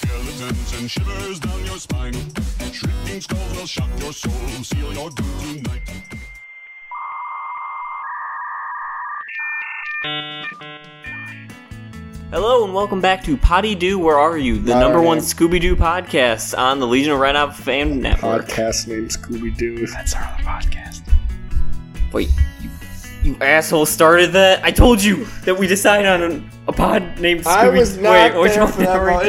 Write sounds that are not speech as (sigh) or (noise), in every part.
presents and shivers down your spine. Shrieking skulls will shock your soul, seal your doom tonight. Hello and welcome back to Potty Doo, Where Are You? The Not number our one name. Scooby Doo podcast on the Legion of Red Out Fan Network. Podcast named Scooby Doo. That's our other podcast. Wait, you, you asshole started that? I told you that we decided on an- a pod named Scooby I was not Wait, which there one for that are we- moment.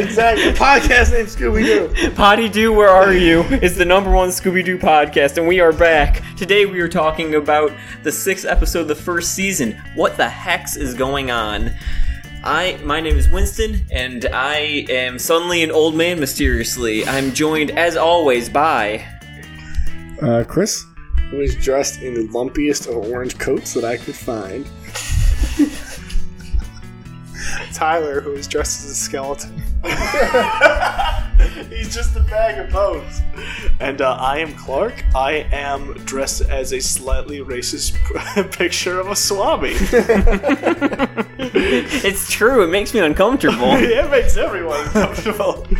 (laughs) Exactly. Podcast named Scooby Doo. Potty Doo, Where Are You? is the number one Scooby Doo podcast, and we are back. Today we are talking about the sixth episode of the first season. What the hex is going on? I my name is Winston, and I am suddenly an old man mysteriously. I'm joined as always by Uh, Chris, who is dressed in the lumpiest of orange coats that I could (laughs) find. Tyler, who is dressed as a (laughs) skeleton. He's just a bag of bones. And uh, I am Clark. I am dressed as a slightly racist picture of a swami. (laughs) It's true, it makes me uncomfortable. (laughs) it makes everyone uncomfortable. (laughs)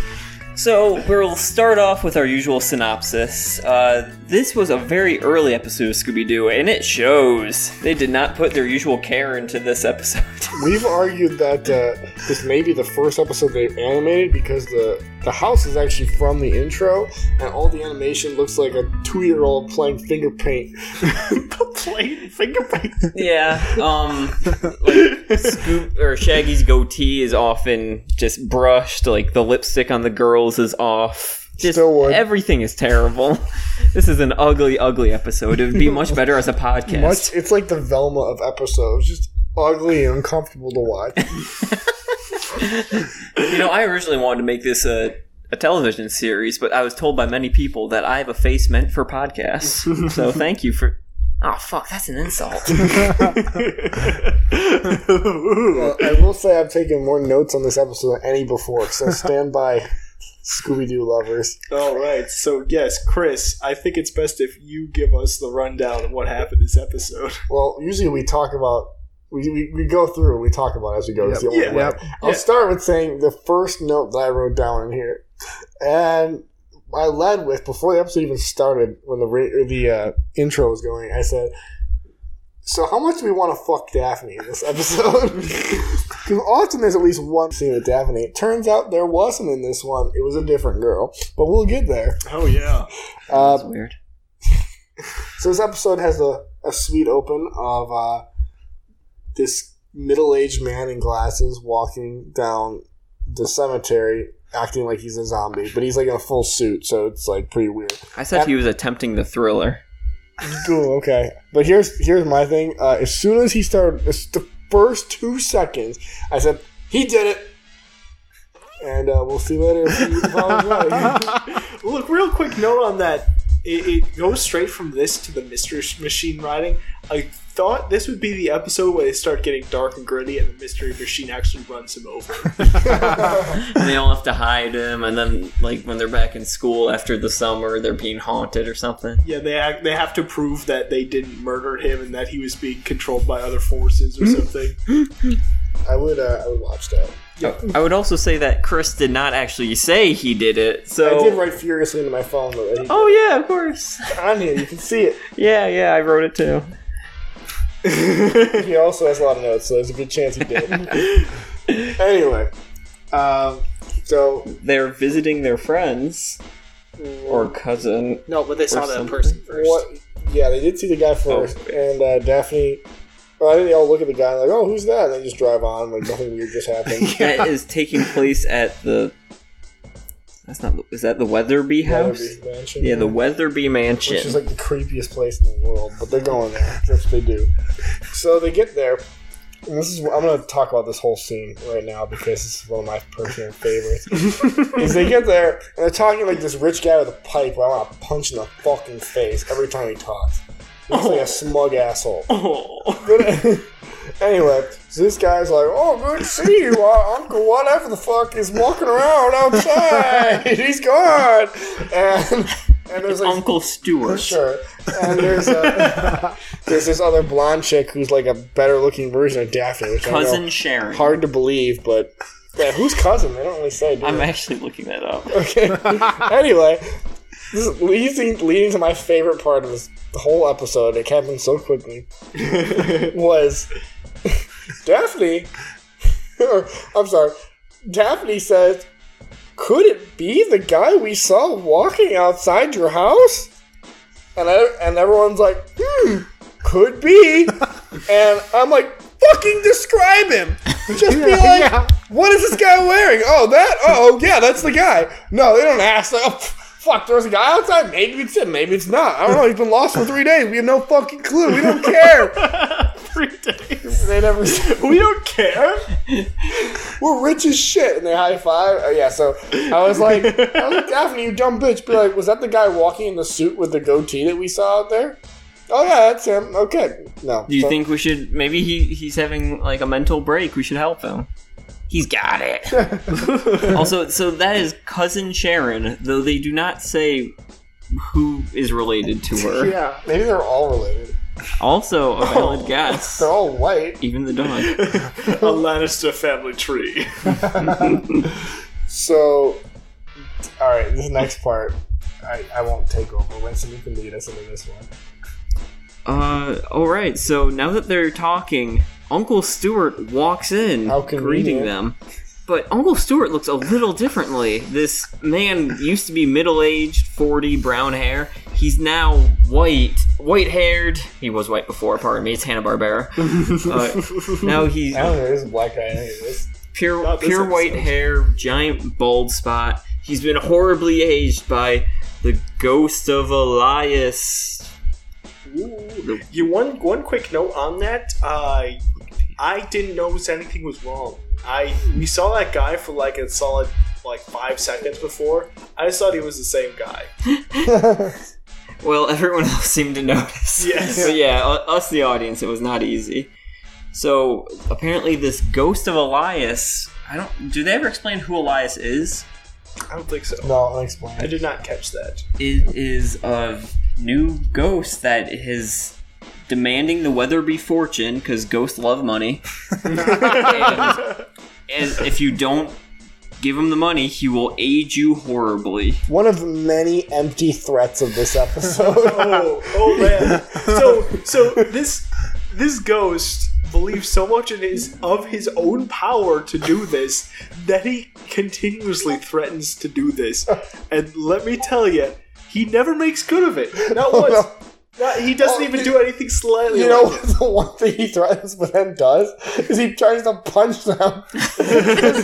So we'll start off with our usual synopsis. Uh, this was a very early episode of Scooby Doo, and it shows. They did not put their usual care into this episode. (laughs) We've argued that uh, this may be the first episode they've animated because the the house is actually from the intro, and all the animation looks like a two year old playing finger paint. (laughs) Plain finger paint. yeah, um, like Scoop or Shaggy's goatee is often just brushed. Like the lipstick on the girls is off. Just Still would. everything is terrible. (laughs) This is an ugly, ugly episode. It would be much better as a podcast. Much, it's like the Velma of episodes, just ugly and uncomfortable to (laughs) watch. You know, I originally wanted to make this a, a television series, but I was told by many people that I have a face meant for podcasts. (laughs) So thank you for. Oh fuck, that's an insult. Well, I will say I've taken more notes on this episode than any before, so stand by, Scooby Doo lovers. All right. So yes, Chris, I think it's best if you give us the rundown of what happened this episode. Well, usually we talk about. We, we, we go through and we talk about it as we go. It's the only Yeah. way. Yep. I'll Yeah. start with saying the first note that I wrote down in here, and I led with before the episode even started when the ra- or the uh, intro was going. I said, "So how much do we want to fuck Daphne in this episode?" (laughs) Because often there's at least one scene with Daphne. It turns out there wasn't in this one. It was a different girl, but we'll get there. Oh yeah. Uh, That's weird. so this episode has a, a sweet open of uh, this middle-aged man in glasses walking down the cemetery acting like he's a zombie but he's like in a full suit so it's like pretty weird I said he was attempting the thriller. cool okay but here's here's my thing uh, as soon as he started as the first two seconds i said he did it and uh, we'll see later if he (laughs) follows up. (laughs) (laughs) Look, real quick note on that. It, it goes straight from this to the Mystery Machine riding. I thought this would be the episode where they start getting dark and gritty, and the Mystery Machine actually runs him over. And they all have to hide him, and then like when they're back in school after the summer, they're being haunted or something. yeah, they act, they have to prove that they didn't murder him and that he was being controlled by other forces or (laughs) something. i would uh, i would watch that I would also say that Chris did not actually say he did it. So. i did write furiously into my phone though that he- Oh yeah, of course. (laughs) on here you can see it Yeah, yeah, I wrote it too. he also has a lot of notes, so there's a good chance (laughs) he did. anyway, um, so They're visiting their friends or cousin. No, but they saw that something. person first. what? Yeah, they did see the Oh, guy first, and uh, Daphne. Well, I think they all look at the guy and like, "Oh, who's that?" And they just drive on, like nothing weird just (laughs) (laughs) happened. that is taking place at the. That's not. Is that the Weatherby house? Weatherby Mansion, Yeah, the Weatherby Mansion. (laughs) which is like the creepiest place in the world, but they're going there. That's what they do. So they get there. And this is I'm going to talk about this whole scene right now because this is one of my personal favorites. is they get there and they're talking like this rich guy with a pipe. who I want to punch in the fucking face every time he talks. He looks like a smug asshole. (laughs) Oh, But- anyway, so this guy's like, "Oh, good to see you, uh, Uncle. Whatever the fuck is walking around outside. He's gone." And and there's like Uncle Stewart. Sure. And there's a, there's this other blonde chick who's like a better looking version of Daphne, which I Cousin know, Sharon. hard to believe, but Yeah, who's cousin? They don't really say. Do I'm they? actually looking that up. Okay. (laughs) anyway, this is leading, leading to my favorite part of this whole episode. It happened (laughs) so quickly. was (laughs) Daphne? (laughs) or, I'm sorry. Daphne says, "Could it be the guy we saw walking outside your house?" And I, and everyone's like, "Hmm, could (laughs) be." and I'm like, "Fucking describe him. Just be like." yeah. What is this guy wearing? Oh, that? Oh, yeah, that's the guy. No, they don't ask. Like, oh, pff, fuck, there was a guy outside. Maybe it's him. Maybe it's not. I don't know. He's been lost for three days. We have no fucking clue. We don't care. (laughs) Three days. they never. We don't care. We're rich as shit. And they high five. Oh, yeah. So I was like, I was like, Daphne, you dumb bitch. Be like, was that the guy walking in the suit with the goatee that we saw out there? Oh yeah, that's him. Okay. No. Do you So- think we should? Maybe he he's having like a mental break. We should help him. He's got it. (laughs) also, so that is cousin Sharon, though they do not say who is related to her. (laughs) Yeah, Oh. maybe they're all related. Also, a valid guess. (laughs) They're all white. Even the dog. (laughs) A Lannister family tree. So, all right, this next part, I, I won't take over. Winston, you can lead us into this one. Uh, all right. So now that they're talking, Uncle Stuart walks in, How greeting convenient. them. But Uncle Stuart looks a little differently. This man used to be middle-aged, forty, brown hair. He's now white, white-haired. He was white before. Pardon me. It's Hanna Barbera. Uh, now he's I don't know. There's a black guy in any of this. pure Not this pure white episode. hair, giant bald spot. He's been horribly aged by the ghost of Elias. Ooh. You one one quick note on that. Uh, I didn't notice anything was wrong. I we saw that guy for like a solid like five seconds before. I just thought he was the same guy. Well, everyone (laughs) else seemed to notice. Yes. but yeah, u- us the audience, it was not easy. So apparently, this ghost of Elias. I don't. Do they ever explain who Elias is? I don't think so. (laughs) No, I'll I explain. did not catch that. It is a new ghost that is demanding the Weatherby fortune because ghosts love money. and, and if you don't give him the money, he will age you horribly. One of many empty threats of this (laughs) episode. Oh, oh man. So so this this ghost believes so much in his of his own power to do this that he continuously threatens to do this. And let me tell you, he never makes good of it. Not once. Oh, no. Not- he doesn't Oh, even you- do anything slightly. you know like what the one thing he threatens but then does? Is he tries to punch them.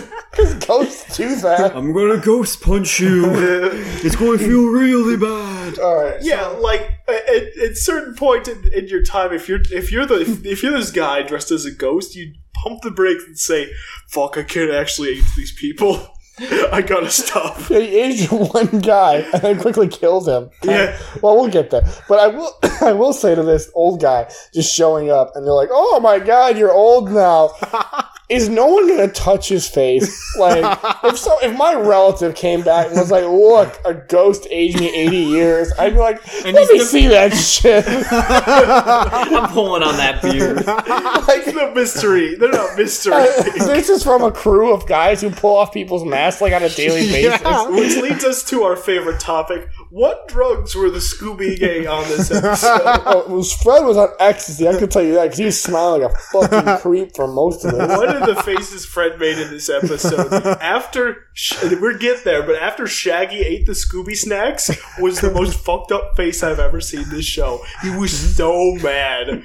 (laughs) Because ghosts do (laughs) that. I'm gonna ghost punch you. it's going to feel really bad. Alright. Yeah, like at, at- at certain point in, in your time, if you're if you're the if, you're this guy dressed as a ghost, you pump the brakes and say, "Fuck, I can't actually eat these people. (laughs) I gotta stop." He aged one guy and then quickly killed him. Yeah. Well, we'll get there. But I will (coughs) I will say to this old guy just showing up and they're like, "Oh my god, you're old (laughs) now." Is no one going to touch his face? Like if so if my relative came back and was like, "Look, a ghost aged me 80 years." I'd be like, And "Let he's me the- (laughs) see that shit." (laughs) I'm pulling on that beard. like The mystery. They're (laughs) not mystery. this is from a crew of guys who pull off people's masks like on (laughs) a daily basis. Which leads us to our favorite topic. What drugs were the Scooby Gang on this episode? Oh, it was- Fred was on ecstasy. I could tell you that because he was smiling like a fucking (laughs) creep for most of this. What are the faces Fred made in this episode? After Sh- we'll get there, but after Shaggy ate the Scooby snacks was the most fucked up face I've ever seen this show. He was so mad.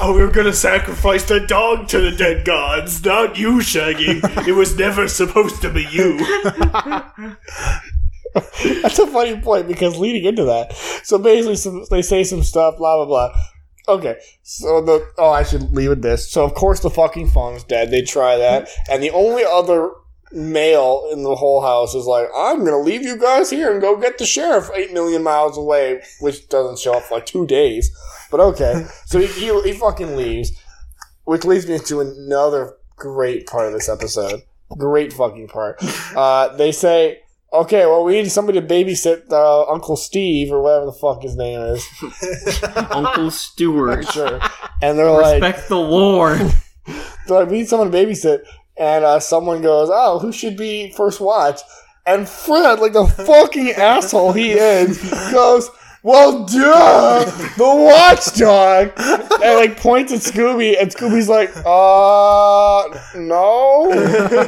Oh, we were gonna sacrifice the dog to the dead gods, not you, Shaggy. It was never supposed to be you. (laughs) That's a funny point because leading into that, so basically some, they say some stuff, blah blah blah. Okay, so the oh I should leave with this. So of course the fucking phone's dead. They try that, and the only other male in the whole house is like, I'm gonna leave you guys here and go get the sheriff eight million miles away, which doesn't show up for like two days. But okay, so he, he he fucking leaves, which leads me to another great part of this episode. Great fucking part. Uh, they say Okay, well, we need somebody to babysit uh, Uncle Steve or whatever the fuck his name is. Uncle Stewart. Sure. And they're like, Respect the Lord. they're like, we need someone to babysit. and uh, someone goes, "Oh, who should be first watch?" And Fred, like (laughs) the fucking asshole he is, goes, "Well, duh, the watchdog," and like points at Scooby, and Scooby's like, "Uh, (laughs) no,"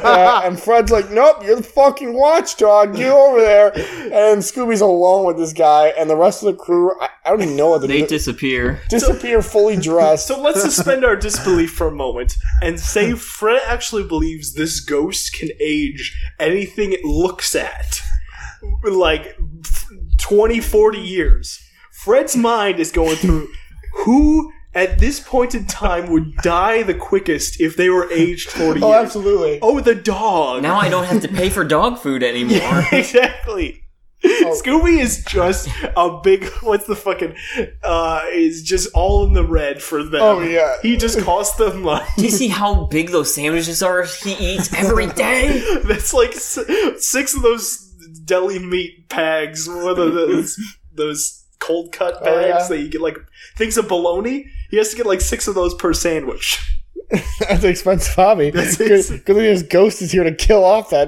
Uh, and Fred's like, "Nope, you're the fucking watchdog. Get over there." And Scooby's alone with this guy, and the rest of the crew. I, I don't even know what the They disappear. disappear fully dressed. (laughs) So let's suspend our disbelief for a moment and say Fred actually believes this ghost can age anything it looks at. Like f- 20, 40 years. Fred's mind is going through who at this point in time would die the quickest if they were aged 40 oh, years. absolutely. Oh, the dog. (laughs) Now I don't have to pay for dog food anymore. exactly. Oh. Scooby is just a big. (laughs) What's the fucking? Uh, is just all in the red for them. Oh, yeah. he just cost them Do money. (laughs) you see how big those sandwiches are he eats every day? That's like s- six of those deli meat bags. One of those those cold cut Oh, bags yeah. that you get like things of bologna. He has to get like six of those per sandwich. (laughs) (laughs) That's an expensive hobby. Good good ex- thing this ghost is here to kill off (laughs) that,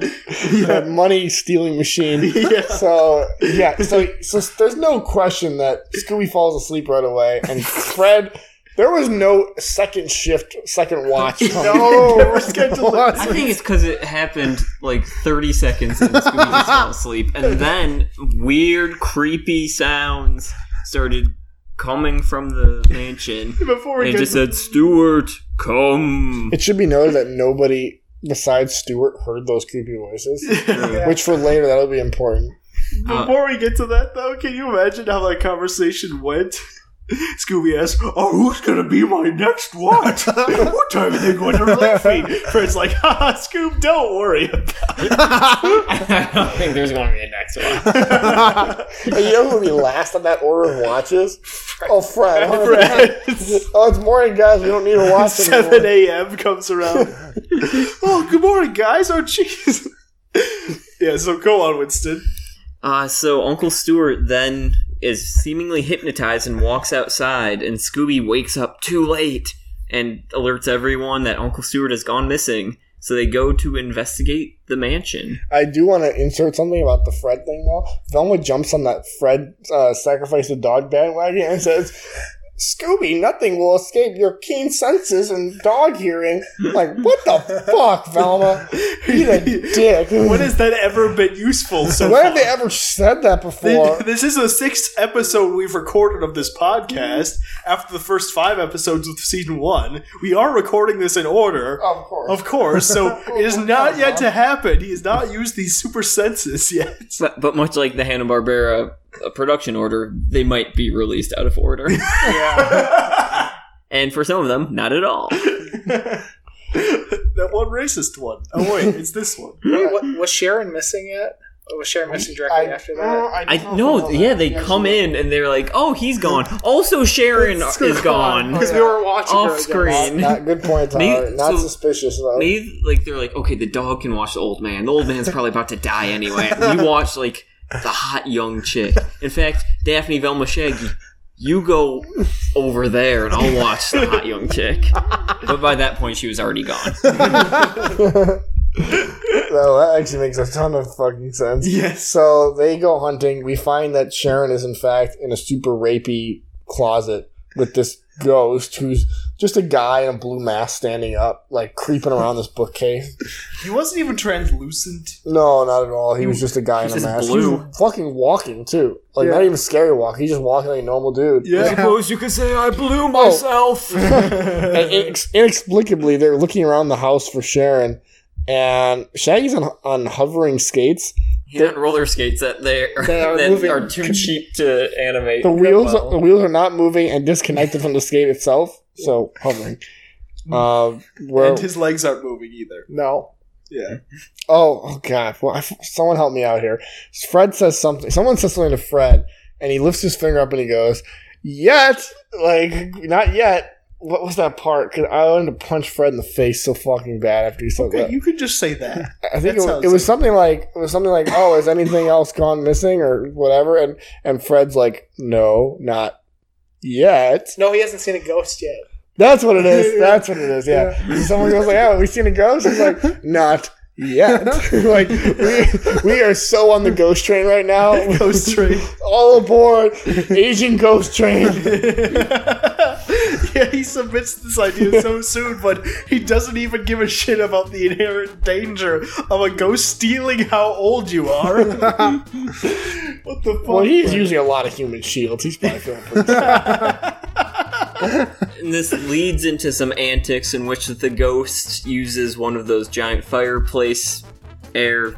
that money stealing machine. So yeah, so so there's no question that Scooby falls asleep right away, and Fred. There was no second shift, second watch. (laughs) No. (laughs) Never scheduled it. I think it's because it happened like 30 seconds and Scooby (laughs) just fell asleep. And then weird, creepy sounds started coming from the (laughs) mansion. Before And we it get just said, Stuart, come. It should be noted that nobody besides Stuart heard those creepy (laughs) voices, which for later that'll be important. uh, Before we get to that, though, can you imagine how that conversation went? (laughs) Scooby asks, "Oh, who's gonna be my next what? (laughs) what time are they going to release me?" Fred's like, "Ha, Scoob, don't worry." (laughs) I don't think there's going to be a next one. (laughs) And you know who will be last on that order of watches? Oh, Fred. (laughs) Fred, Oh, it's morning, guys. We don't need (laughs) to watch anymore. (laughs) seven a.m. (laughs) comes around. oh, good morning, guys. Oh, jeez. yeah, so go on, Winston. Uh, so Uncle Stuart then is seemingly hypnotized and walks outside, and Scooby wakes up too late and alerts everyone that Uncle Stuart has gone missing. So they go to investigate the mansion. I do want to insert something about the Fred thing though. Velma jumps on that Fred uh, sacrifice the dog bandwagon and says, "Scooby, nothing will escape your keen senses and dog hearing." like, what the fuck, Velma? He's (laughs) a dick. (laughs) When has that ever been useful? So when far? have they ever said that before? This is the sixth episode we've recorded of this podcast after the first five episodes of season one. We are recording this in (laughs) order, of course. of course, so it (laughs) is not yet to happen. He has not used these super senses (laughs) yet. (laughs) But, but much like the Hanna Barbera production order, they might be released out of order. (laughs) and for some of them, not at all. That one racist one. Oh, wait, it's this one. What, was Sharon missing it? Or was Sharon missing directly after that? (laughs) I Oh, know. Yeah, they come in and they're like, "Oh, he's gone." Also, Sharon is gone. Because we were watching her Off again. screen. Not good point, (laughs) Me- Tyler. Not so- suspicious though. Maybe like they're like, okay, the dog can watch the old man. The old man's probably about to die anyway. (laughs) We watch like the hot young chick. In fact, Daphne Velma Shaggy, you go over there and I'll watch the hot young chick. But by that point, she was already gone. No, that actually makes a ton of fucking sense. (laughs) Yes. So they go hunting. We find that Sharon is in fact in a super rapey closet with this ghost who's just a guy in a blue mask standing up, like creeping around this bookcase. He wasn't even translucent. No, not at all. He was just a guy in a just mask. blue. He was fucking walking too. Like Yeah. not even scary walk. He's just walking like a normal dude. Yeah. Oh. Suppose you could say I blew (laughs) myself. And inex- inexplicably, they're looking around the house for Sharon, and Shaggy's on, on hovering skates. Not roller skates that they are, (laughs) They are that moving- are too cheap to animate. The wheels well. the wheels are not moving and disconnected from the skate itself, so hovering. Uh, where Hmm. And his legs aren't moving either. no. Yeah. Oh, oh god. Well, I f someone help me out here. Fred says something. Someone says something to Fred, and he lifts his finger up and he goes, "Yet, like not yet." What was that part? Because I wanted to punch Fred in the face so fucking bad after he said that. You could just say that. I think it That was, sounds it was like- something like it was something like, "Oh, is anything else gone missing or whatever?" And and Fred's like, "No, not yet." No, he hasn't seen a ghost yet. That's what it is. That's what it is. Yeah. Someone goes like, "Oh, we seen a ghost." It's like, not yet. (laughs) like we we are so on the ghost train right now. Ghost (laughs) train. All aboard, Asian ghost (laughs) train. yeah, he submits this idea so soon, but he doesn't even give a shit about the inherent danger of a ghost stealing how old you (laughs) are. what the fuck? Well, he's using a lot of human shields. He's probably feeling pretty. sick. And this leads into some antics in which the ghost uses one of those giant fireplace air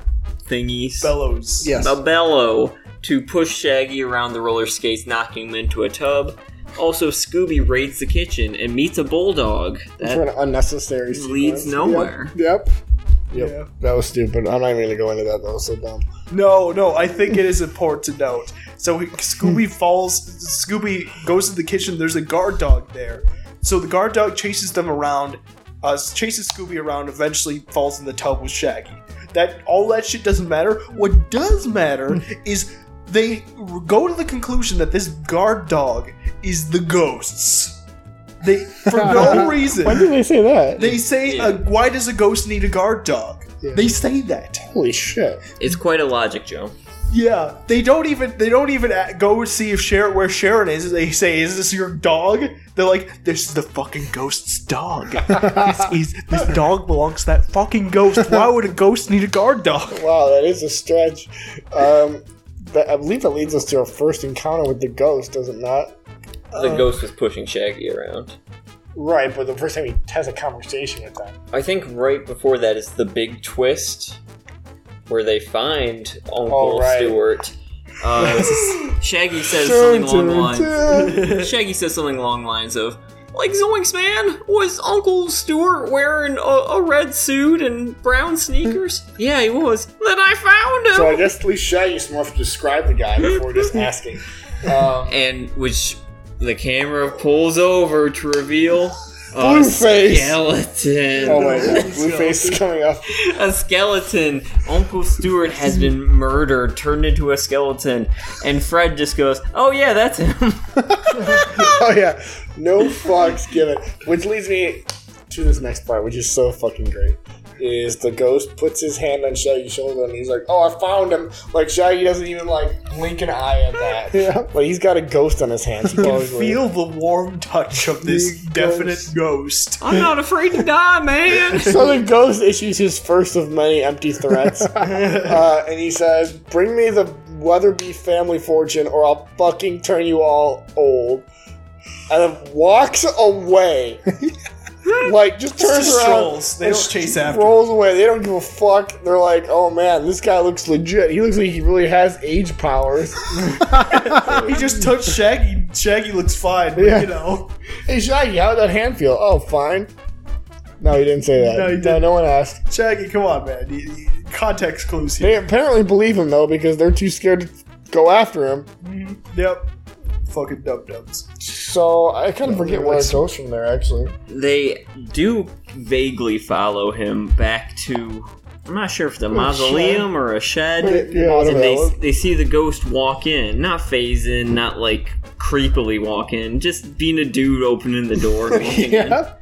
thingies. bellows. Yes. a bellow to push Shaggy around the roller skates, knocking him into a tub. Also, Scooby raids the kitchen and meets a bulldog For an that unnecessary leads sequence. nowhere. Yep. Yep. Yeah. That was stupid. I'm not even gonna go into that. That was so dumb. No, no, I think it is important to note. So he- Hmm. Scooby falls, Scooby goes to the kitchen, there's a guard dog there. So the guard dog chases them around, uh, chases Scooby around, eventually falls in the tub with Shaggy. That all that shit doesn't matter. What does matter Hmm. is they go to the conclusion that this guard dog is the ghosts. They (laughs) for no reason. When did they say that? they say, uh, "Why does a ghost need a guard dog?" They say that. Holy shit. It's quite a logic, Joe. Yeah, they don't even they don't even a- go see if Sharon where Sharon is. They say, "Is this your dog?" They're like, "This is the fucking (laughs) ghost's dog. this is this dog belongs to that fucking ghost. Why would a ghost need a (laughs) guard dog?" Wow, that is a stretch. Um, that, I believe that leads us to our first encounter with the ghost, does it not? Uh. The ghost was pushing Shaggy around. Right, but the first time he has a conversation with them. I think right before that is the big twist where they find Uncle All right. Stewart. Uh, Shaggy says something along the lines. (laughs) Shaggy says something along the lines of, like, Zoinks, man, was Uncle Stuart wearing a, a red suit and brown sneakers? Yeah, he was. Then I found him! So I guess at least Shaggy Smurf described the guy before (laughs) just asking. Um, and which the camera pulls over to reveal a Blueface. skeleton. oh (laughs) my god, Blueface is coming up. a skeleton. Uncle Stuart has been murdered, turned into a skeleton, and Fred just goes, "Oh yeah, that's him." (laughs) (laughs) Oh yeah, no fucks given. Which leads me to this next part, which is so fucking great. Is the ghost puts his hand on Shaggy's shoulder and he's like, "Oh, I found him!" Like Shaggy doesn't even like blink an eye at that. (laughs) Yeah, but he's got a ghost on his (laughs) hands. supposedly. Feel the warm touch of this The definite (laughs) ghost. I'm not afraid to die, man. So the ghost issues his first of many empty threats, (laughs) uh, and he says, "Bring me the Weatherby family fortune, or I'll fucking turn you all old." And then walks (laughs) away, like just turns Just around, strolls. They don't chase after. him. rolls away. They don't give a fuck. They're like, "Oh man, this guy looks legit. He looks like he really has age (laughs) powers." He just touched Shaggy. Shaggy looks fine, but Yeah. you know. hey Shaggy, how'd that hand feel? Oh, fine. No, he didn't say that. No, he No, didn't. no one asked. Shaggy, come on, man. You- you- Context clues here. They apparently believe him though because they're too scared to go after him. Yep. Fucking dub dubs. So I kind of forget where it goes from there. Actually, They do vaguely follow him back to. I'm not sure if the mausoleum or a shed. Yeah, I don't and they, know. they see the ghost walk in, not phase in, not like creepily walk in, just being a dude opening the (laughs) door. and walking in. yeah,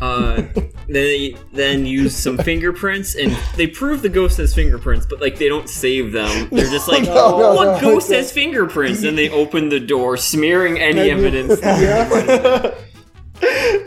Uh, they then use some fingerprints, and they prove the ghost has fingerprints, but like they don't save them. They're just like, (laughs) No, no, what no, ghost no. has fingerprints? And they open the door, smearing any evidence. (laughs) yeah. (laughs)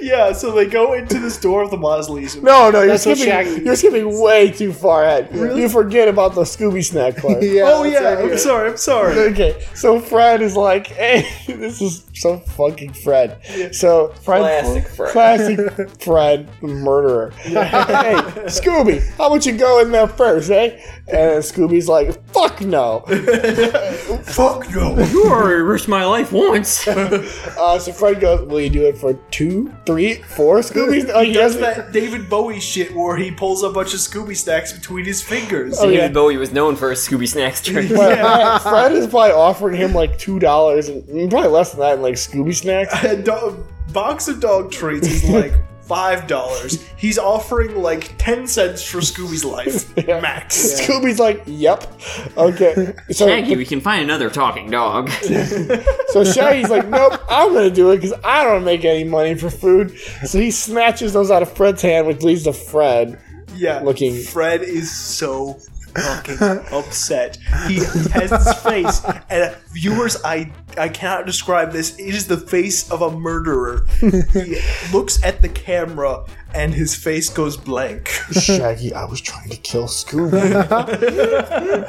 Yeah, so they go into this door of the mausoleum. No, no, you're That's what skipping. Shaggy- You're skipping way too far ahead. You forget about the Scooby snack part. yeah. oh (laughs) yeah, I'm sorry, I'm sorry. Okay, so Fred is like, "Hey, (laughs) this is so fucking Fred." So Fred, Classic Fred. classic Fred, the murderer. hey, Scooby, how about you go in there first, eh? And Scooby's like, "Fuck no." Fuck no. You already risked my life once. Uh, so Fred goes, "Will you do it for two, three, four Scoobies?" Oh, he That's doesn't- that David Bowie shit where he pulls a bunch of Scooby snacks between his fingers. Oh, yeah. David Bowie was known for his Scooby Snacks trick. But Fred- Uh, Fred is probably offering him like two dollars and mm, probably less than that in like Scooby snacks. A do- box of dog treats is like five dollars. He's offering like ten cents for Scooby's (laughs) life, (laughs) max. Scooby's like, "Yep, okay." So, Thank you. We can find another talking (laughs) dog. so Shaggy's like, "Nope, I'm gonna do it because I don't make any money for food." So he snatches those out of Fred's hand, which leads to Fred. Yeah, Looking- Fred is so fucking upset. He has this face, and viewers, I I cannot describe this. It is the face of a murderer. He looks at the camera, and his face goes blank. (laughs) Shaggy, I was trying to kill Scooby. (laughs)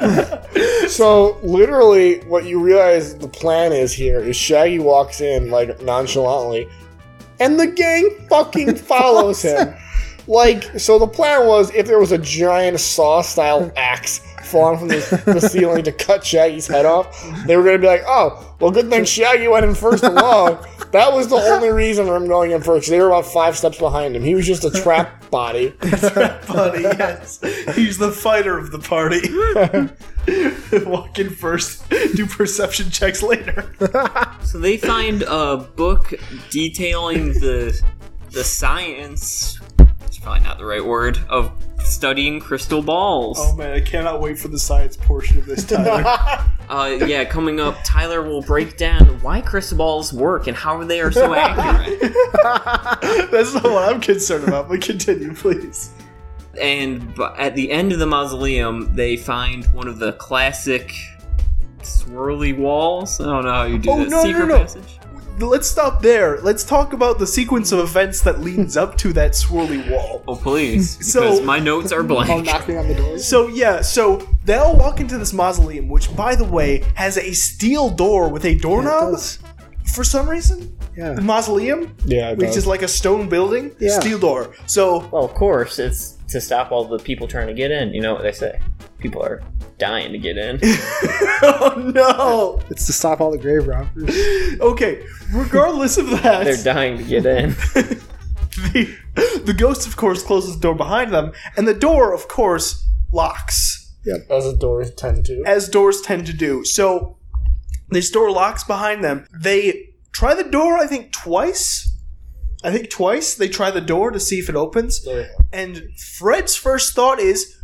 so literally, what you realize the plan is here is Shaggy walks in like nonchalantly, and the gang (laughs) fucking follows him. Like, so the plan was if there was a giant saw-style axe falling from the, (laughs) the ceiling to cut Shaggy's head off, they were gonna be like, "Oh, well, good thing Shaggy went in first alone." That was the only reason for him going in first. They were about five steps behind him. He was just a trap body. Funny, yes. He's the fighter of the party. Walk in first, do perception checks later. So they find a book detailing the the science. It's probably not the right word of studying crystal balls. Oh man, I cannot wait for the science portion of this time. Uh, yeah, coming up, Tyler will break down why crystal balls work and how they are (laughs) so accurate. That's not what I'm concerned about, but continue, please. And b- at the end of the mausoleum, they find one of the classic swirly walls. I don't know how you do Oh, that. no, no, Secret no. passage. Let's stop there. Let's talk about the sequence of events that leads up to that swirly wall. Oh (laughs) please, because So- my notes are blank. (laughs) knocking on the doors. So yeah, so they all walk into this mausoleum, which by the way has a steel door with a doorknob. does. for some reason, Yeah. the mausoleum, Yeah, it which does. is like a stone building, Yeah. steel door. So Well, of course, it's to stop all the people trying to get in. You know what they say? People are dying to get in. (laughs) oh It's to stop all the grave robbers. no. Okay, regardless of that, They're dying to get in. (laughs) the, the ghost, of course, closes the door behind them, and the door, of course, locks, As the doors tend to. as doors tend to do. So, this door locks behind them. They try the door, I think, twice. I think twice they try the door to see if it opens. And Fred's first thought is,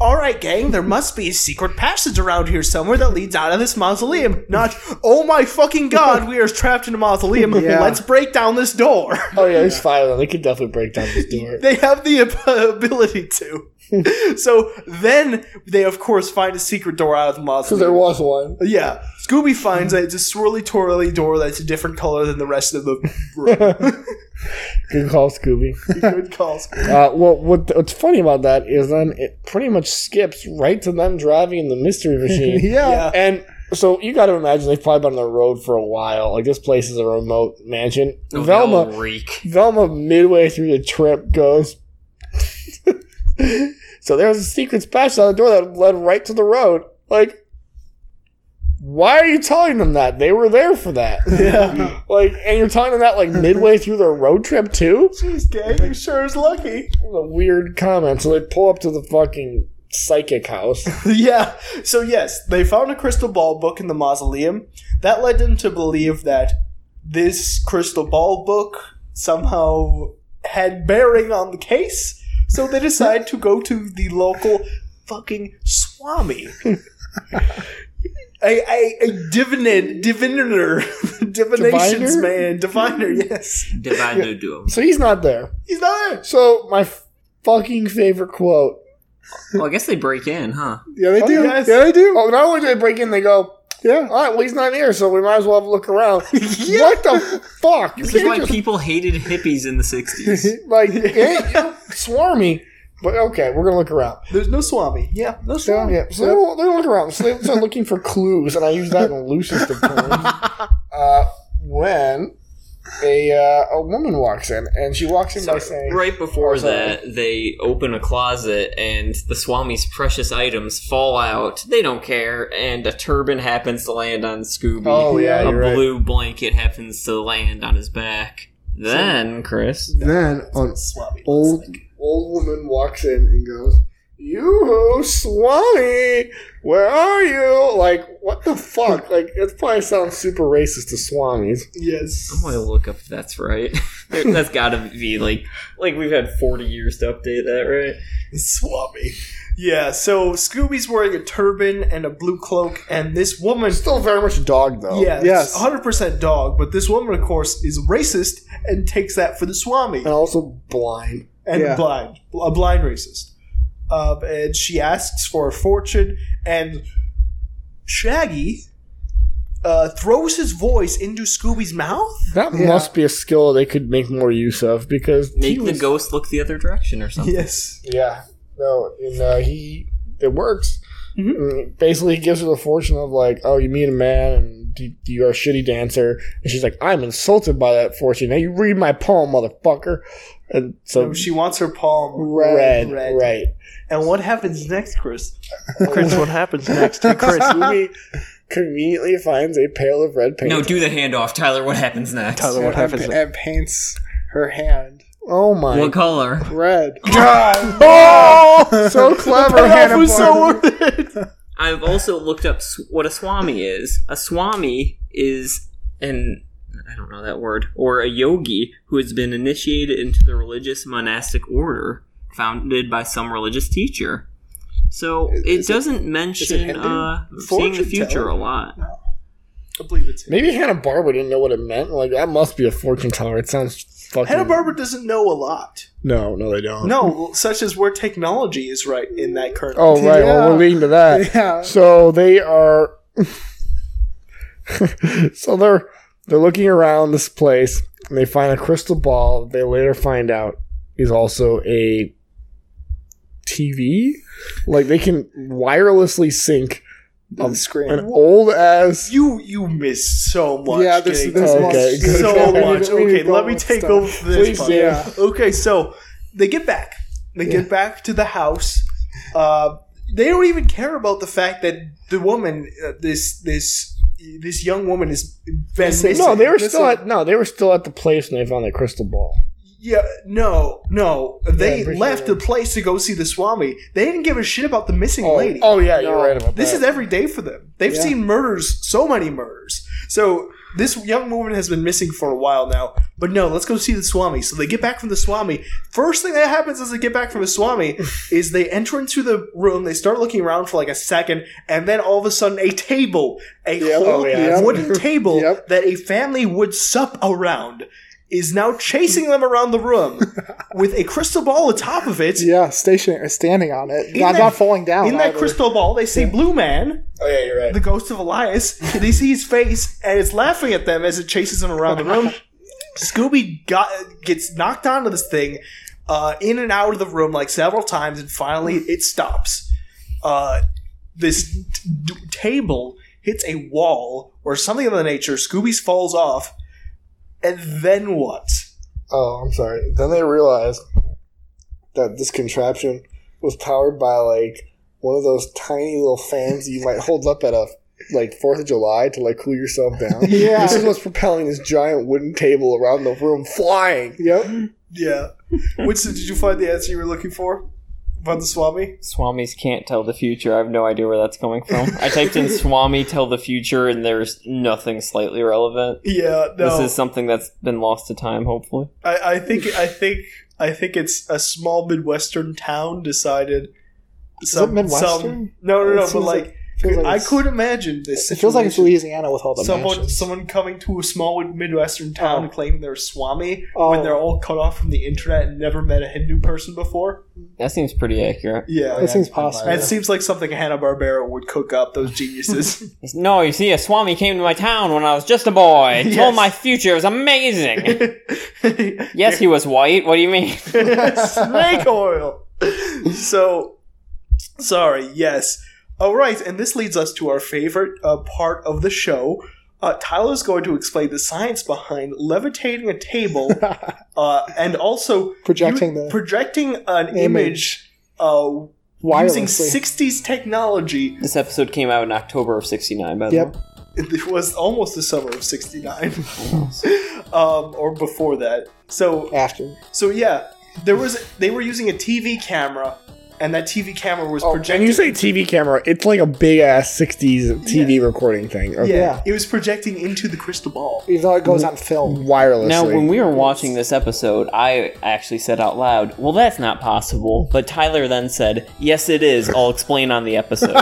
all right, gang, there must be a secret passage around here somewhere that leads out of this mausoleum. Not, oh my fucking god, we are trapped in a mausoleum. Yeah. Let's break down this door. (laughs) Oh yeah, there's five of them. They could definitely break down this door. They have the ab- ability to. so then they, of course, find a secret door out of the Because there mausoleum. was one. yeah, Scooby finds that it's a swirly twirly door that's a different color than the rest of the room. Good call, Scooby. Good call, Scooby. Uh, well, what, what's funny about that is then it pretty much skips right to them driving the mystery machine. Yeah. And so you got to imagine they've probably been on the road for a while. Like this place is a remote mansion. Oh, Velma, reek. Velma, midway through the trip goes. (laughs) so there was a secret passage on the door that led right to the road. Like, why are you telling them that? They were there for that. Yeah. Like, and you're telling them (laughs) that like midway through their road trip too? Jeez, gang, you sure is lucky. What a weird comment. So they pull up to the fucking psychic house. (laughs) yeah. So yes, they found a crystal ball book in the mausoleum. That led them to believe that this crystal ball book somehow had bearing on the case. So they decide to go to the local fucking (laughs) swami. A, a, a divinid, diviner, (laughs) divinations Diviner? man, diviner, yes. Divine yeah. do. So he's not there. He's not there. So my f- fucking favorite quote. (laughs) Well, I guess they break in, huh? Yeah, they Oh, do. yes. Yeah, they do. Oh, not only do they break in, they go, Yeah. all right, well, he's not here, so we might as well have a look around. (laughs) What the fuck? You This is can't why just, people hated hippies in the 60s. (laughs) like, it ain't swarmy. But okay, we're gonna look around. There's no swami. Yeah, no So, swami. yeah, so they're, they're gonna look around. So they start looking for clues, and I use that in the loosest of terms. Uh, when a uh, a woman walks in, and she walks in by saying, right before Oh, sorry. that, they open a closet and the Swami's precious items fall out. They don't care, and a turban happens to land on Scooby. "Oh yeah, a you're right." blue blanket happens to land on his back. Then, Chris, Then on Swami. old old woman walks in and goes, you Swanee, where are you? Like, what the fuck? Like, it probably sounds super racist to Swannies. Yes. I'm gonna look up if that's right. (laughs) There- that's gotta be like like we've had 40 years to update that, right? Swami. Yeah, so Scooby's wearing a turban and a blue cloak, and this woman. Still very much dog though. Yeah, yes. 100% dog, but this woman, of course, is racist and takes that for the Swami. and also blind. and Oh, Yeah. blind, a blind racist. Um, and she asks for a fortune, and Shaggy uh, throws his voice into Scooby's (laughs) mouth. That Yeah. must be a skill they could make more use of because he Make the was- ghost look the other direction or something. Yes, Yeah, no, and uh, he it works. Mm, Basically, he gives her the fortune of like, oh, you meet a man and you- you are a shitty dancer, and she's like, I'm insulted by that fortune. Now you read my poem, motherfucker. And so she wants her palm read, right. (laughs) And what happens next, Chris? Chris, what happens next? Hey, Chris, Scooby conveniently finds a pail of red paint. No, do the handoff, Tyler. What happens next? Tyler, what and, happens? next? and paints her hand oh my What color? red. god! (laughs) so clever, Hannah was so Barton. worth it. I've also looked up s- what a swami is. A swami is an I don't know that word or a yogi who has been initiated into the religious monastic order founded by some religious teacher. So it doesn't mention Hindu? uh, seeing the Fortune future teller? a lot. I believe it's him. Maybe Hannah Barber didn't know what it meant. Like that must be a fortune teller. It sounds fucking. Hanna Barbera doesn't know a lot. No, no, they don't. No, such as where technology is right in that current. Oh right. Well, Yeah. we're leading to that. Yeah. So they are. (laughs) so they're they're looking around this place and they find a crystal ball. They later find out is also a TV. Like they can wirelessly sync Um, On screen. an old ass. You you missed so much. yeah, there's, getting there's Okay, much. good. there's so Okay, much. We need- we need Okay, let me bonus take stuff. over for this Please part. do. Yeah. Okay, so they get back. They get back to the house. Uh, they don't even care about the fact that the woman, uh, this this this young woman, is been missing. No, they were still at no, they were still at the place when they found that crystal ball. Yeah, no, no. Yeah, They I'm pretty left sure. the place to go see the Swami. They didn't give a shit about the missing lady. oh yeah, you're No. right about This that. is every day for them. They've Yeah. seen murders, so many murders. So this young woman has been missing for a while now. But no, let's go see the Swami. So they get back from the Swami. First thing that happens as they get back from the (laughs) Swami is they enter into the room. They start looking around for like a second, and then all of a sudden, a table, a whole Oh, yeah. (laughs) wooden table Yep. that a family would sup around. Is now chasing them around the (laughs) room with a crystal ball atop of it. Yeah, stationary, standing on it, not, that- not falling down. In that either. crystal ball, they see Blue Man, oh yeah, you're right. the ghost of Elias. They see his face, and it's laughing at them as it chases them around the room. Scooby got, gets knocked onto this thing, uh, in and out of the room like several times, and finally it stops. Uh, this t- d- table hits a wall or something of the nature. Scooby's falls off, and then what? Oh, I'm sorry. Then they realized that this contraption was powered by like one of those tiny little fans you might hold up at a like Fourth of July to like cool yourself down. Yeah. This is what's propelling this giant wooden table around the room, flying. Yep. (laughs) Yeah. Which did you find the answer you were looking for about the Swami? Swamis can't tell the future. I have no idea where that's coming from. I typed (laughs) in Swami tell the future and there's nothing slightly relevant. Yeah. This No. is something that's been lost to time, hopefully. I, I think I think I think it's a small midwestern town decided. Some, Midwestern? Some, no, no, It no. But seems like, feels like I it's- could imagine this. It feels like it's situation. Louisiana with all the someone mansions. someone coming to a small midwestern town Oh. claiming they're Swami Oh. when they're all cut off from the internet and never met a Hindu person before. That seems pretty accurate. Yeah. It seems possible. That seems like something Hanna Barbera would cook up. Those (laughs) geniuses. No, you see, a Swami came to my town when I was just a boy. Yes. Told my future was (laughs) amazing. yes, he was white. What do you mean? (laughs) snake oil. So, sorry. Yes. All right, and this leads us to our favorite uh, part of the show. Uh, Tyler's going to explain the science behind levitating a (laughs) table uh, and also Projecting u- the- projecting an image, image. uh, using wirelessly. 60s technology. This episode came out in October of '69, by the Yep. way. It was almost the summer of '69, (laughs) um, or before that. So After. So yeah, there was they were using a TV camera and that TV camera Oh, was projected. Oh, And you say TV camera, it's like a big ass 60s TV recording thing. yeah, Okay. it was projecting into the crystal ball. Even though it goes on film. Wirelessly. Now, when we were watching this episode, I actually said out loud, "Well, that's not possible." But Tyler then said, "Yes, it is. I'll explain on the (laughs) episode."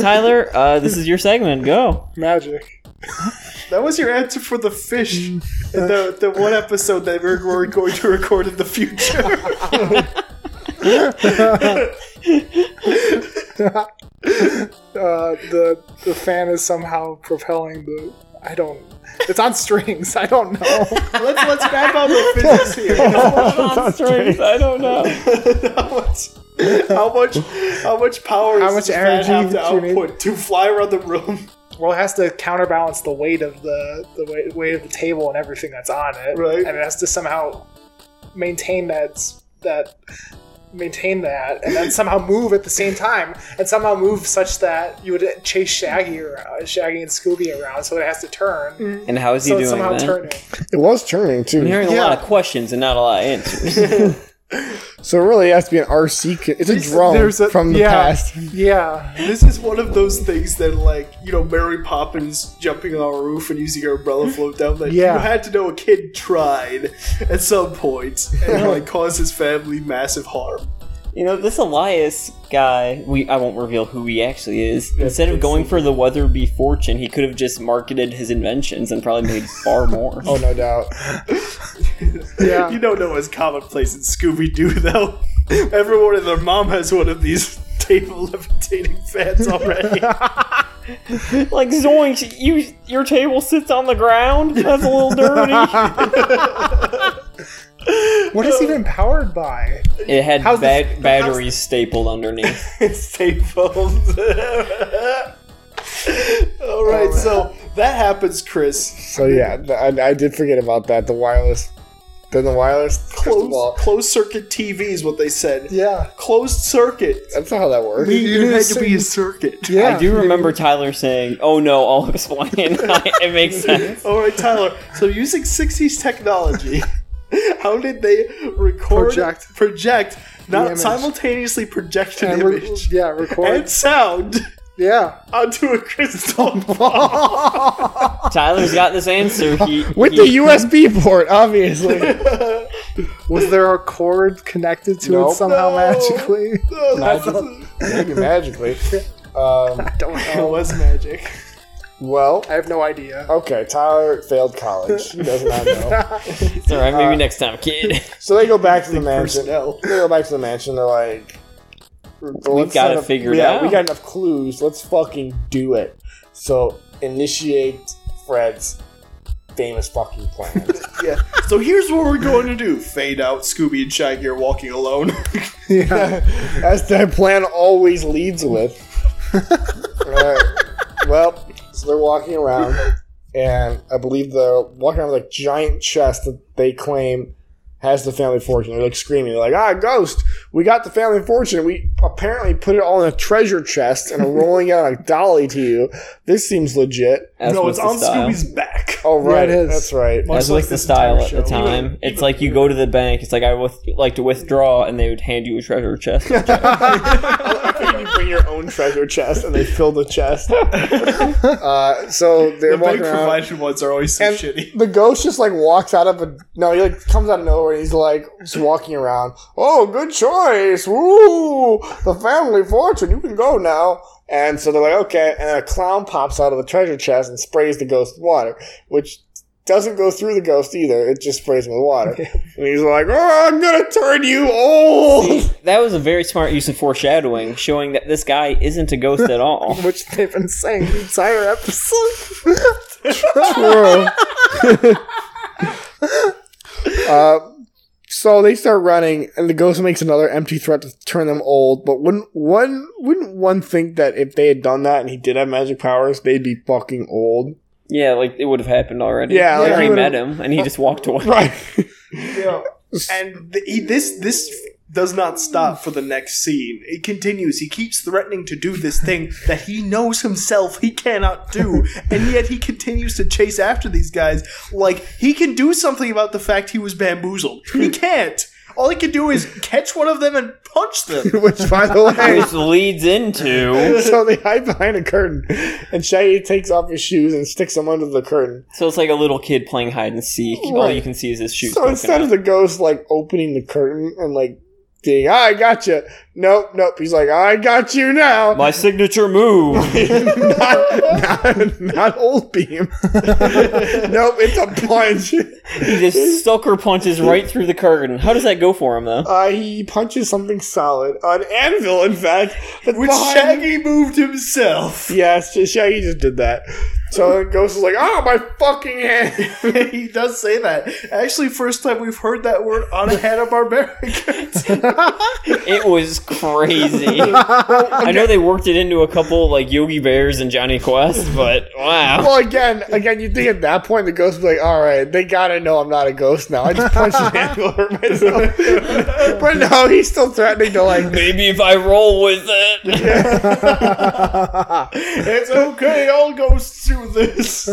Tyler, uh, this is your segment. Go. (laughs) Mm. Magic. That was your answer for the fish, in Mm. the the one episode that we're, we're going to record in the future. (laughs) Uh, the the fan is somehow propelling the. I don't. It's on strings. (laughs) I don't know. let's let's back on the physics here. (laughs) (laughs) How I don't know. much, how much how much power? How does much this fan energy have to do you need? output to fly around the room? well, it has to counterbalance the weight of the the weight, weight of the table and everything that's on it, Right. And it has to somehow maintain that s- that maintain that, and then (laughs) somehow move at the same time, and somehow move such that you would chase Shaggy around, Shaggy and Scooby around, so it has to turn, And how is he so it's doing somehow that? turning. it was turning I'm too. hearing a lot of questions and not a lot of answers. So it really has to be an RC. ca- It's a drone there's a- from the yeah. past. Yeah, This is one of those things that, like, you know, Mary Poppins jumping on a roof and using her umbrella float down. Like, Yeah. you had to know a kid tried at some point and like caused his family massive harm. You know, this Elias guy, we I won't reveal who he actually is. Instead of going for the Weatherby fortune, he could have just marketed his inventions and probably made far (laughs) more. Oh, no doubt. (laughs) You don't know what's commonplace in Scooby Doo, though. Everyone and their mom has one of these table levitating fans already. like Zoinks, you your table sits on the ground. That's a little dirty. what (laughs) is it even powered by? (laughs) it had How's ba- this- batteries stapled underneath. (laughs) Staples. (laughs) All right, so that happens, Chris. So yeah, th- I, I did forget about that. The wireless. Then the wireless. crystal Closed, ball. closed circuit TV is what they said. Yeah, Closed circuit. That's not how that works. You had to be a circuit. yeah. I do remember Tyler saying, "Oh no, I'll explain." (laughs) it makes (laughs) sense. (laughs) All right, Tyler. So using 60s technology, (laughs) how did they record, Project. project, not image. simultaneously project an And re- image yeah, (laughs) record. and sound yeah, onto a crystal ball? (laughs) Tyler's got this answer. He, With he- the USB port, obviously. (laughs) was there a cord connected to Nope. it somehow No. magically? that Maybe (laughs) magically. Um, Don't know. was oh, magic. well, I have no idea. okay. Tyler failed college. He does not (laughs) know. It's all right, maybe next time, kid. So they go back to the mansion. personnel. They go back to the mansion. They're like, "Let's gotta set up- figure it yeah, out." We got enough clues. Let's fucking do it. So initiate Fred's famous (laughs) fucking plan. Yeah. So here's what we're going to do: fade out. Scooby and Shaggy are walking alone. Yeah. As that plan always leads with. Alright. Well, so they're walking around, and I believe they're walking around with a giant chest that they claim has the family fortune. They're like screaming, they're like, ah, ghost, we got the family fortune. We apparently put it all in a treasure chest and are rolling out a dolly to you. This seems legit. As no, was it's the on style. Scooby's back. Oh, right. it is. That's right. As like was the this style entire at the show. time. Even- it's like you go to the bank. It's like I would like to withdraw, and they would hand you a treasure chest. you bring your (laughs) own treasure chest and they fill the (laughs) chest. uh, so they're The walking big around. provided ones are always so And shitty. the ghost just like walks out of a no, he like comes out of nowhere and he's like just walking around. Oh, good choice! Woo! The family fortune, you can go now. And so they're like, okay, and a clown pops out of the treasure chest and sprays the ghost with water, which doesn't go through the ghost either. It just sprays him with water. and he's like, oh, I'm gonna turn you old. that was a very smart use of foreshadowing, showing that this guy isn't a ghost at all. Which they've been saying the entire episode. True. (laughs) uh, so they start running, and the ghost makes another empty threat to turn them old. But wouldn't one wouldn't one think that if they had done that and he did have magic powers, they'd be fucking old? (laughs) Yeah, like it would have happened already. Yeah, like like, already he would've- met him, and he just walked away. (laughs) Right. And the, he, this this does not stop for the next scene. It continues. He keeps threatening to do this (laughs) thing that he knows himself he cannot do, and yet he continues to (laughs) chase after these guys like he can do something about the fact he was bamboozled. He can't. All I could do is catch one of them and (laughs) punch them. Which, by the way, Which leads (laughs) into. so they hide behind a curtain, and Shaggy takes off his shoes and sticks them under the curtain. So it's like a little kid playing hide and seek. All Right. you can see is his shoes. So poking instead out. of the ghost like opening the curtain and like being, "Ah, I got you. Nope, nope. He's like, I got you now. my signature (laughs) move. not, not, not old beam. (laughs) nope, it's a punch. He just sucker punches right through the curtain. How does that go for him (laughs) though? Uh, he punches something solid, an anvil, in fact. That's Which behind- Shaggy moved himself. (laughs) Yes, Sh- Shaggy just did that. So the ghost is like, "Oh, my fucking hand!" (laughs) he does say that. Actually, first time we've heard that word (laughs) on a Hanna Barbera. It was crazy. I know they worked it into a couple like Yogi Bears and Johnny Quest, but wow. Well, again, again, you think at that point the ghost would be like, "All right, they gotta know I'm not a ghost now. I just punched an anvil, hurt myself." (laughs) but no, he's still threatening to like Maybe if I roll with it. it's okay. All ghosts do (laughs) this.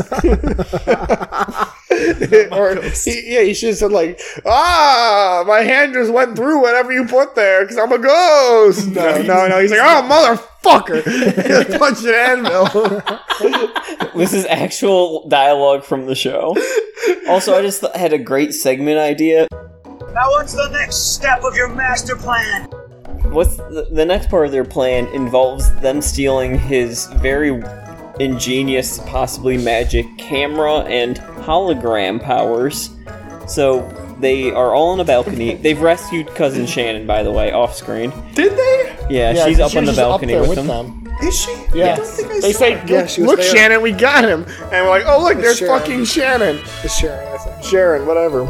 or he- yeah, he should have said like, ah, my hand just went through whatever you put there because I'm a ghost. No, no, no. He's like, oh, (laughs) motherfucker, He punched an anvil. This is actual dialogue from the show. Also, I just th- had a great segment idea. Now, what's the next step of your master plan? What's the, the next part of their plan involves them stealing his very ingenious, possibly magic camera and hologram powers. So they are all on a balcony. They've rescued cousin Shannon, by the way, off screen. Did they? Yeah, (laughs) Yeah, she's she up on the was just up balcony there with, them. Is she? Yeah. I don't think I They saw say, her. look, Yeah, she was look, there. Shannon, we got him, and we're like, oh, look, there's Sharon. fucking Shannon, It's Sharon, I think. Sharon, whatever.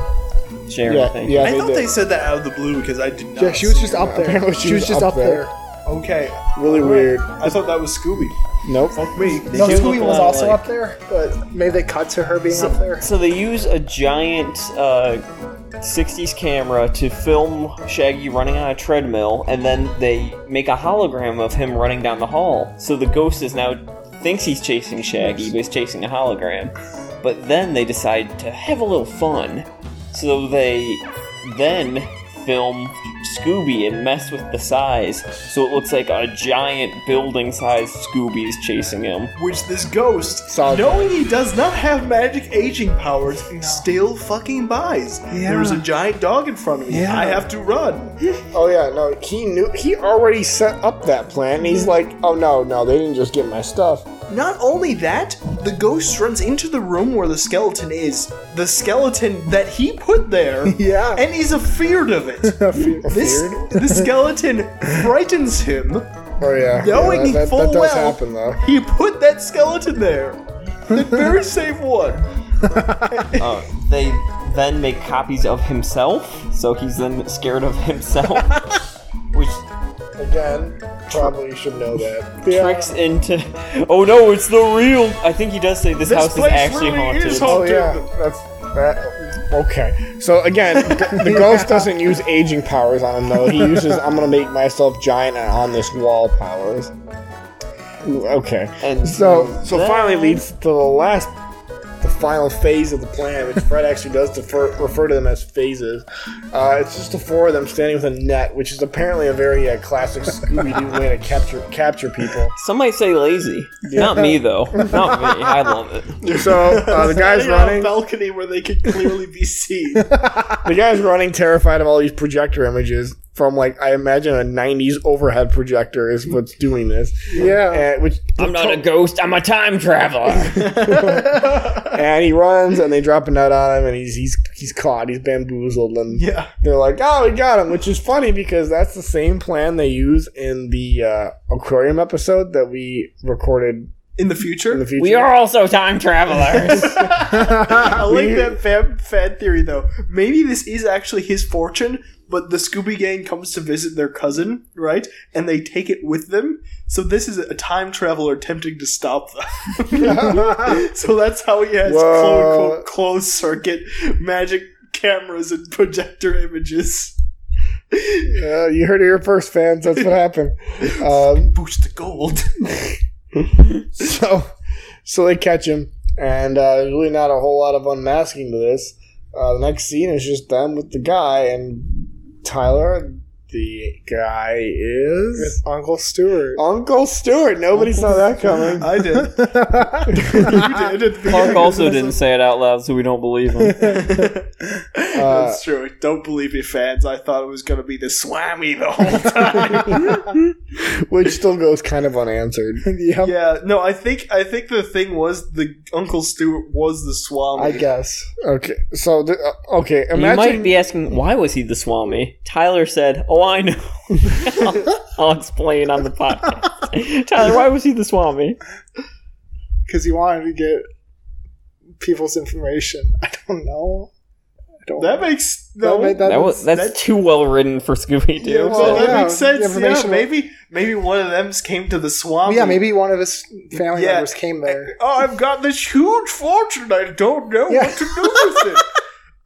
Sharon, I Yeah, think. yeah. I they thought did. they said that out of the blue because I did not. Yeah, she was see just her. up there. Apparently (laughs) She was just up there. Okay. Really All weird. I thought that was Scooby. Nope. Fuck me. No, do Scooby look was a lot also alike. up there, but maybe they cut to her being up there. So they use a giant uh, 60s camera to film Shaggy running on a treadmill, and then they make a hologram of him running down the hall. So the ghost is now thinks he's chasing Shaggy, but he's chasing a hologram. But then they decide to have a little fun. So they then film Scooby and mess with the size. So it looks like a giant building sized Scooby is chasing him. Which this ghost, Saw that. knowing he does not have magic aging powers, still fucking buys. There's a giant dog in front of me. I have to run. Oh yeah, no, he knew. He already set up that plan. And he's like, oh no, no, they didn't just get my stuff. Not only that, the ghost runs into the room where the skeleton is. The skeleton that he put there. (laughs) Yeah. And he's afeared of (laughs) it. this, Afeared? the skeleton frightens him. Oh yeah, Knowing yeah, that, full that does well happen though. he put that skeleton there. (laughs) The very same one. Uh, they then make copies of himself, so he's then scared of (laughs) himself, which Again, probably should know that. tricks into. Oh no, it's the real. I think he does say this, This house is place actually really haunted. is Oh haunted. yeah, that's that. Okay, so again, (laughs) the ghost doesn't use aging powers on him though. He uses "I'm gonna make myself giant and on this wall" powers. Okay, And so so then- finally leads to the last, the final phase of the plan, which (laughs) Fred actually does defer, refer to them as phases. Uh, it's just the four of them standing with a net, which is apparently a very uh, classic Scooby Doo way to capture capture people. Some might say lazy. Not me though. Not me. I love it. So uh, the guy's (laughs) Sitting on running. a balcony where they could clearly be (laughs) seen. The guy's running terrified of all these projector images from like I imagine a '90s overhead projector is what's doing this. Yeah. And, which I'm not a ghost. I'm a time traveler. and he runs and they drop a nut on him and he's he's he's caught. He's bamboozled and yeah. they're like, "Oh, we got him," which is funny because that's the same plan they use in the uh, aquarium episode that we recorded In the in future? the future. we (laughs) are (laughs) also time travelers. I like that fan, fan theory though. Maybe this is actually his fortune, but the Scooby Gang comes to visit their cousin, right? And they take it with them. So this is a time traveler attempting to stop (laughs) them. (laughs) so that's how he has Whoa. closed, closed circuit magic cameras and projector images. Uh, you heard it here first, fans. That's what happened. Um, Boost the (laughs) gold. (laughs) (laughs) so so they catch him and uh, there's really not a whole lot of unmasking to this uh, the next scene is just them with the guy and Tyler, the guy is Uncle Stewart. Uncle Stewart. Nobody saw that coming. (laughs) I did. (laughs) you did. Clark also didn't say it out loud, so we don't believe him. Uh, That's true. Don't believe your fans. I thought it was going to be the swammy the whole (laughs) time. Which still goes kind of unanswered. yep. (laughs) yeah. No, I think I think the thing was the Uncle Stewart was the swammy. I guess. Okay. So, th- uh, okay. you Imagine. might be asking, why was he the Swami? Tyler said, "Oh, I know. (laughs) I'll, I'll explain on the podcast." Tyler, why was he the Swami? Because he wanted to get people's information. (laughs) I don't know. I don't That makes That no. ma- that That was- was that's that- too well written for Scooby Doo. Yeah, well, so- that yeah, makes sense. Yeah, information- maybe maybe one of them came to the swamp. yeah, maybe one of his family Yeah. members came there. Oh, I've got this huge fortune. I don't know Yeah. what to do with it.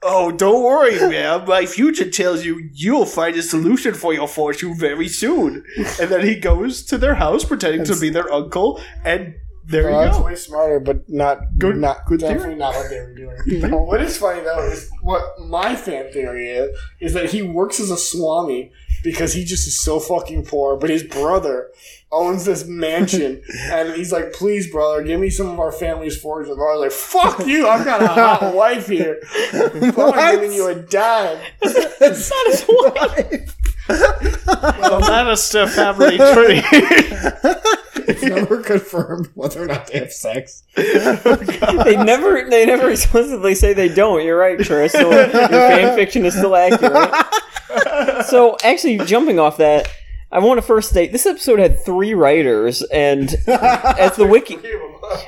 oh, don't worry, man. My future tells you you'll find a solution for your fortune very soon. And then he goes to their house pretending to be their uncle, and there Well, you that's go. way smarter, but not Good- good. Not good definitely theory. not what they were doing. (laughs) No, what is funny though is what my fan theory is is that he works as a swami because he just is so fucking poor. But his brother owns this (laughs) mansion, and he's like, "Please, brother, give me some of our family's fortune." And I was like, "Fuck you! I've got a (laughs) hot wife here. I'm not giving you a dime." that's not his wife. The Lannister family tree. It's never confirmed whether or not they have (laughs) sex. (laughs) they never they never explicitly say they don't. You're right, Chris. So your fan fiction is still accurate. So actually, jumping off that, I want to first state this episode had three writers, and as the wiki,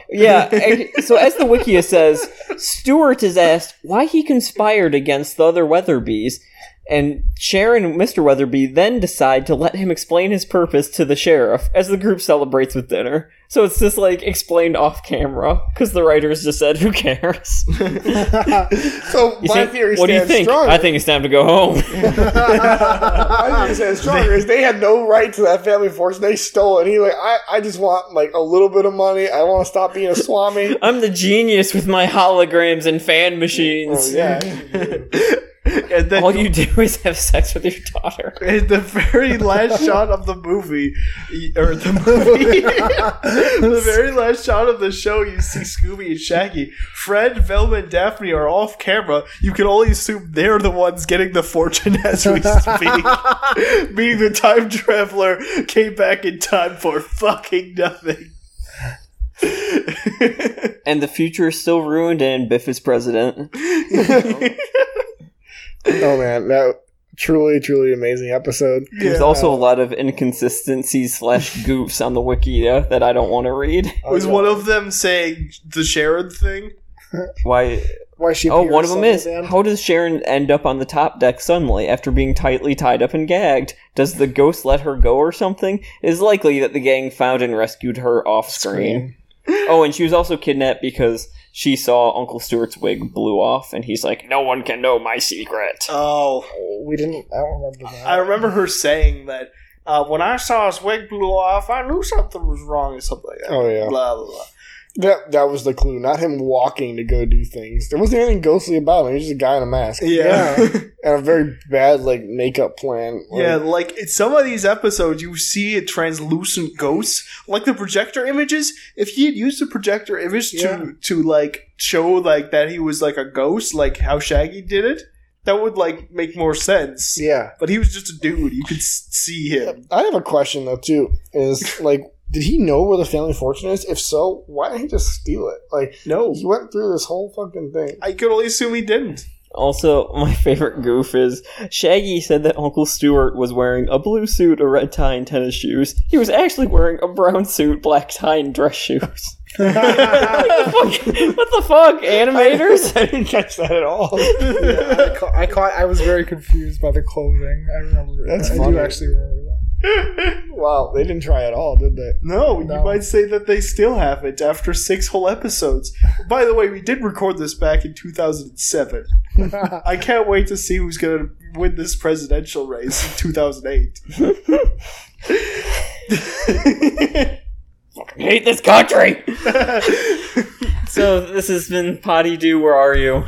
yeah. ac- So as the wikia says, Stewart is asked why he conspired against the other Weatherbees. And Sharon and Mr. Weatherby then decide to let him explain his purpose to the sheriff as the group celebrates with dinner. So it's just like explained off camera because the writers just said, "Who (laughs) cares?" You So my think- theory what do you stands think? stronger. I think it's time to go home. (laughs) I think it's stronger is they had no right to that family fortune. They stole it. He like, I, I just want like a little bit of money. I want to stop being a (laughs) swami. I'm the genius with my holograms and fan machines. Oh, Yeah, (laughs) and then All you do is have sex with your daughter. in the very last shot of the movie, y- or the movie, (laughs) the very last shot of the show, you see Scooby and Shaggy. Fred, Velma, and Daphne are off camera. You can only assume they're the ones getting the fortune as we speak. Meaning the time traveler came back in time for fucking nothing. (laughs) And the future is still ruined, and Biff is president. oh man, that truly, truly amazing episode. There's also a lot of inconsistencies slash goofs on the Wikia that I don't want to read. Oh, Was one of them saying the Sharon thing? Why? Why she? Oh, appears one of them so is. damn- How does Sharon end up on the top deck suddenly after being tightly tied up and gagged? Does the ghost let her go or something? It is likely that the gang found and rescued her off screen. (laughs) Oh, and she was also kidnapped because she saw Uncle Stewart's wig blew off, and he's like, "No one can know my secret." Oh. We didn't. I don't remember that. I remember her saying that uh, when I saw his wig blew off, I knew something was wrong or something like that. Oh yeah, Blah blah blah. that that was the clue. Not him walking to go do things. There wasn't anything ghostly about him. He was just a guy in a mask. Yeah, and a very bad like makeup plan. Like, (laughs) yeah. Like in some of these episodes, you see a translucent ghost, like the projector images. If he had used the projector image Yeah. to to like show like that he was like a ghost, like how Shaggy did it, that would like make more sense. yeah. But he was just a dude. You could s- see him. I have a question though too. Is like, did he know where the family fortune is? If so, why didn't he just steal it? Like, No, he went through this whole fucking thing. I could only assume (laughs) he didn't. Also, my favorite goof is Shaggy said that Uncle Stewart was wearing a blue suit, a red tie, and tennis shoes. He was actually wearing a brown suit, black tie, and dress shoes. what, the fuck? what the fuck, animators? I didn't catch that at all. (laughs) I, ca- I caught. I was very confused by the clothing. I remember. That's I funny. do actually remember that. (laughs) Wow, they didn't try at all, did they? (laughs) (laughs) No, you No. might say that they still haven't after six whole episodes. By the way, we did record this back in 2007. I can't wait to see who's going to win this presidential race in (laughs) 2008. I (laughs) hate this country! so, this has been Potty Do, Where Are You?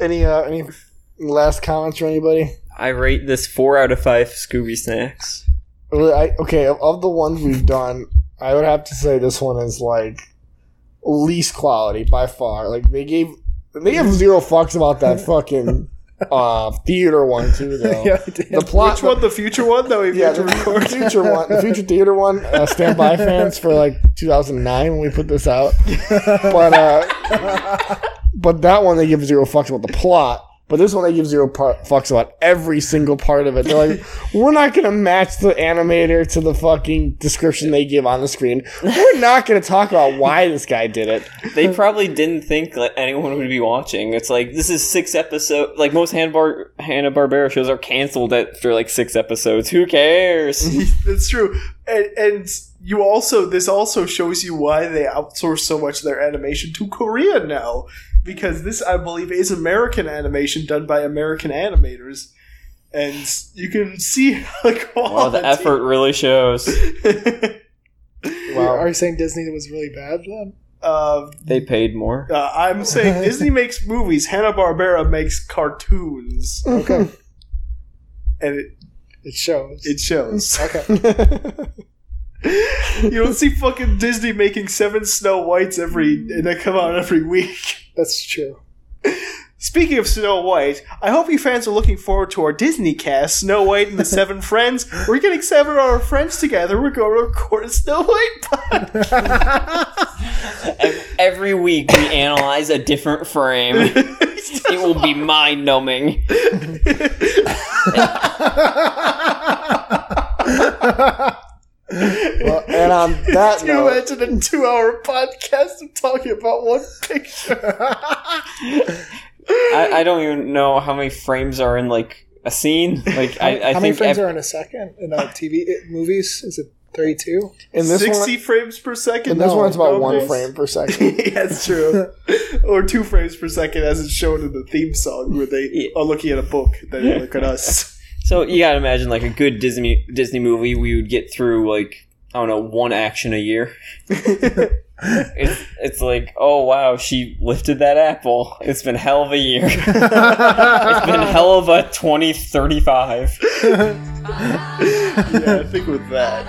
Any uh, any last comments from anybody? I rate this four out of five Scooby snacks. Well, I, okay, of, of the ones we've done, I would have to say this one is like least quality by far. Like they gave they have zero fucks about that fucking uh theater one too though. The (laughs) plot Which one? The future one? That we yeah, yeah, the to record. (laughs) future one, the future theater one, uh, (laughs) standby fans for like 2009 when we put this out. But uh, but that one they give zero fucks about the plot. But this one they give zero par- fucks about every single part of it. They're like, we're not gonna match the animator to the fucking description they give on the screen. We're not gonna talk about why this guy did it. They probably didn't think that anyone would be watching. It's like this is six episode. Like most Hanna Barbera shows are canceled after like six episodes. Who (laughs) cares? (laughs) That's true. And, and you also this also shows you why they outsource so much of their animation to Korea now, because this I believe is American animation done by American animators, and you can see how wow, the effort really shows. (laughs) Wow. Are you saying Disney was really bad then? Uh, They paid more. uh, I'm saying (laughs) Disney makes movies. Hanna Barbera makes cartoons, Okay, and it, (laughs) it shows. it (laughs) shows. (laughs) okay, You don't see fucking Disney making seven Snow Whites every and they come out every week. that's true. Speaking of Snow White, I hope you fans are looking forward to our Disney cast, Snow (laughs) White and the Seven Friends. We're getting seven of our friends together. We're going to record a Snow White (laughs) podcast. Ev- Every week we analyze a different (laughs) frame. It will be mind numbing. Well, Uh, and on (laughs) that Can you note, imagine a two-hour podcast of talking about one picture? I, I don't even know how many frames are in like a (laughs) scene. Like I, I How many think frames ev- are in a second in uh, TV it- movies? Is it thirty-two? in this Sixty one, frames per second. in this one, it's about one Okay. frame per (laughs) second. (laughs) yeah, that's (laughs) true, or two frames per second, as it's shown in the theme song, where they are looking at a book. They look (laughs) at us. (laughs) so you gotta imagine like a good Disney Disney movie. We would get through like I don't know one action a (laughs) year. it's it's like oh wow she lifted that apple. It's been hell of a (laughs) year. it's been hell of a twenty thirty (laughs) (laughs) five. Yeah, I think with that,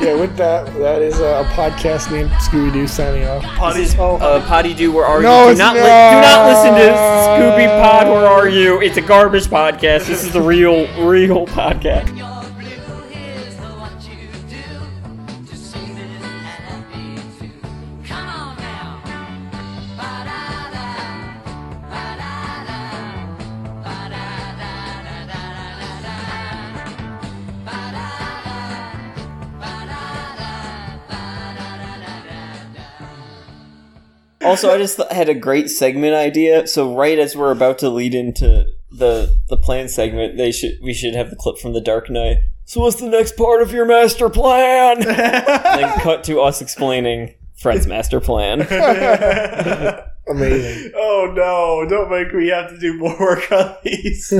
Yeah, with that, that is uh, a podcast named Scooby Doo signing off. Potty's uh, Potty Doo, where are No, you? it's Do not, li- not. do not listen to Scooby Pod, where are you? It's a garbage podcast. This is the real, real podcast. You're blue, here's the what you do to see me happy too. Come on now, ba da da, ba da da, ba da da da da da da, ba da da, ba da da, ba da da da da. Also, I just th- had a great segment idea. So right as we're about to lead into the the plan segment, they should we should have the clip from The Dark Knight. So what's the next part of your master (laughs) plan? And then cut to us explaining Fred's master plan. Amazing. (laughs) Oh no, don't make me have to do more work on these.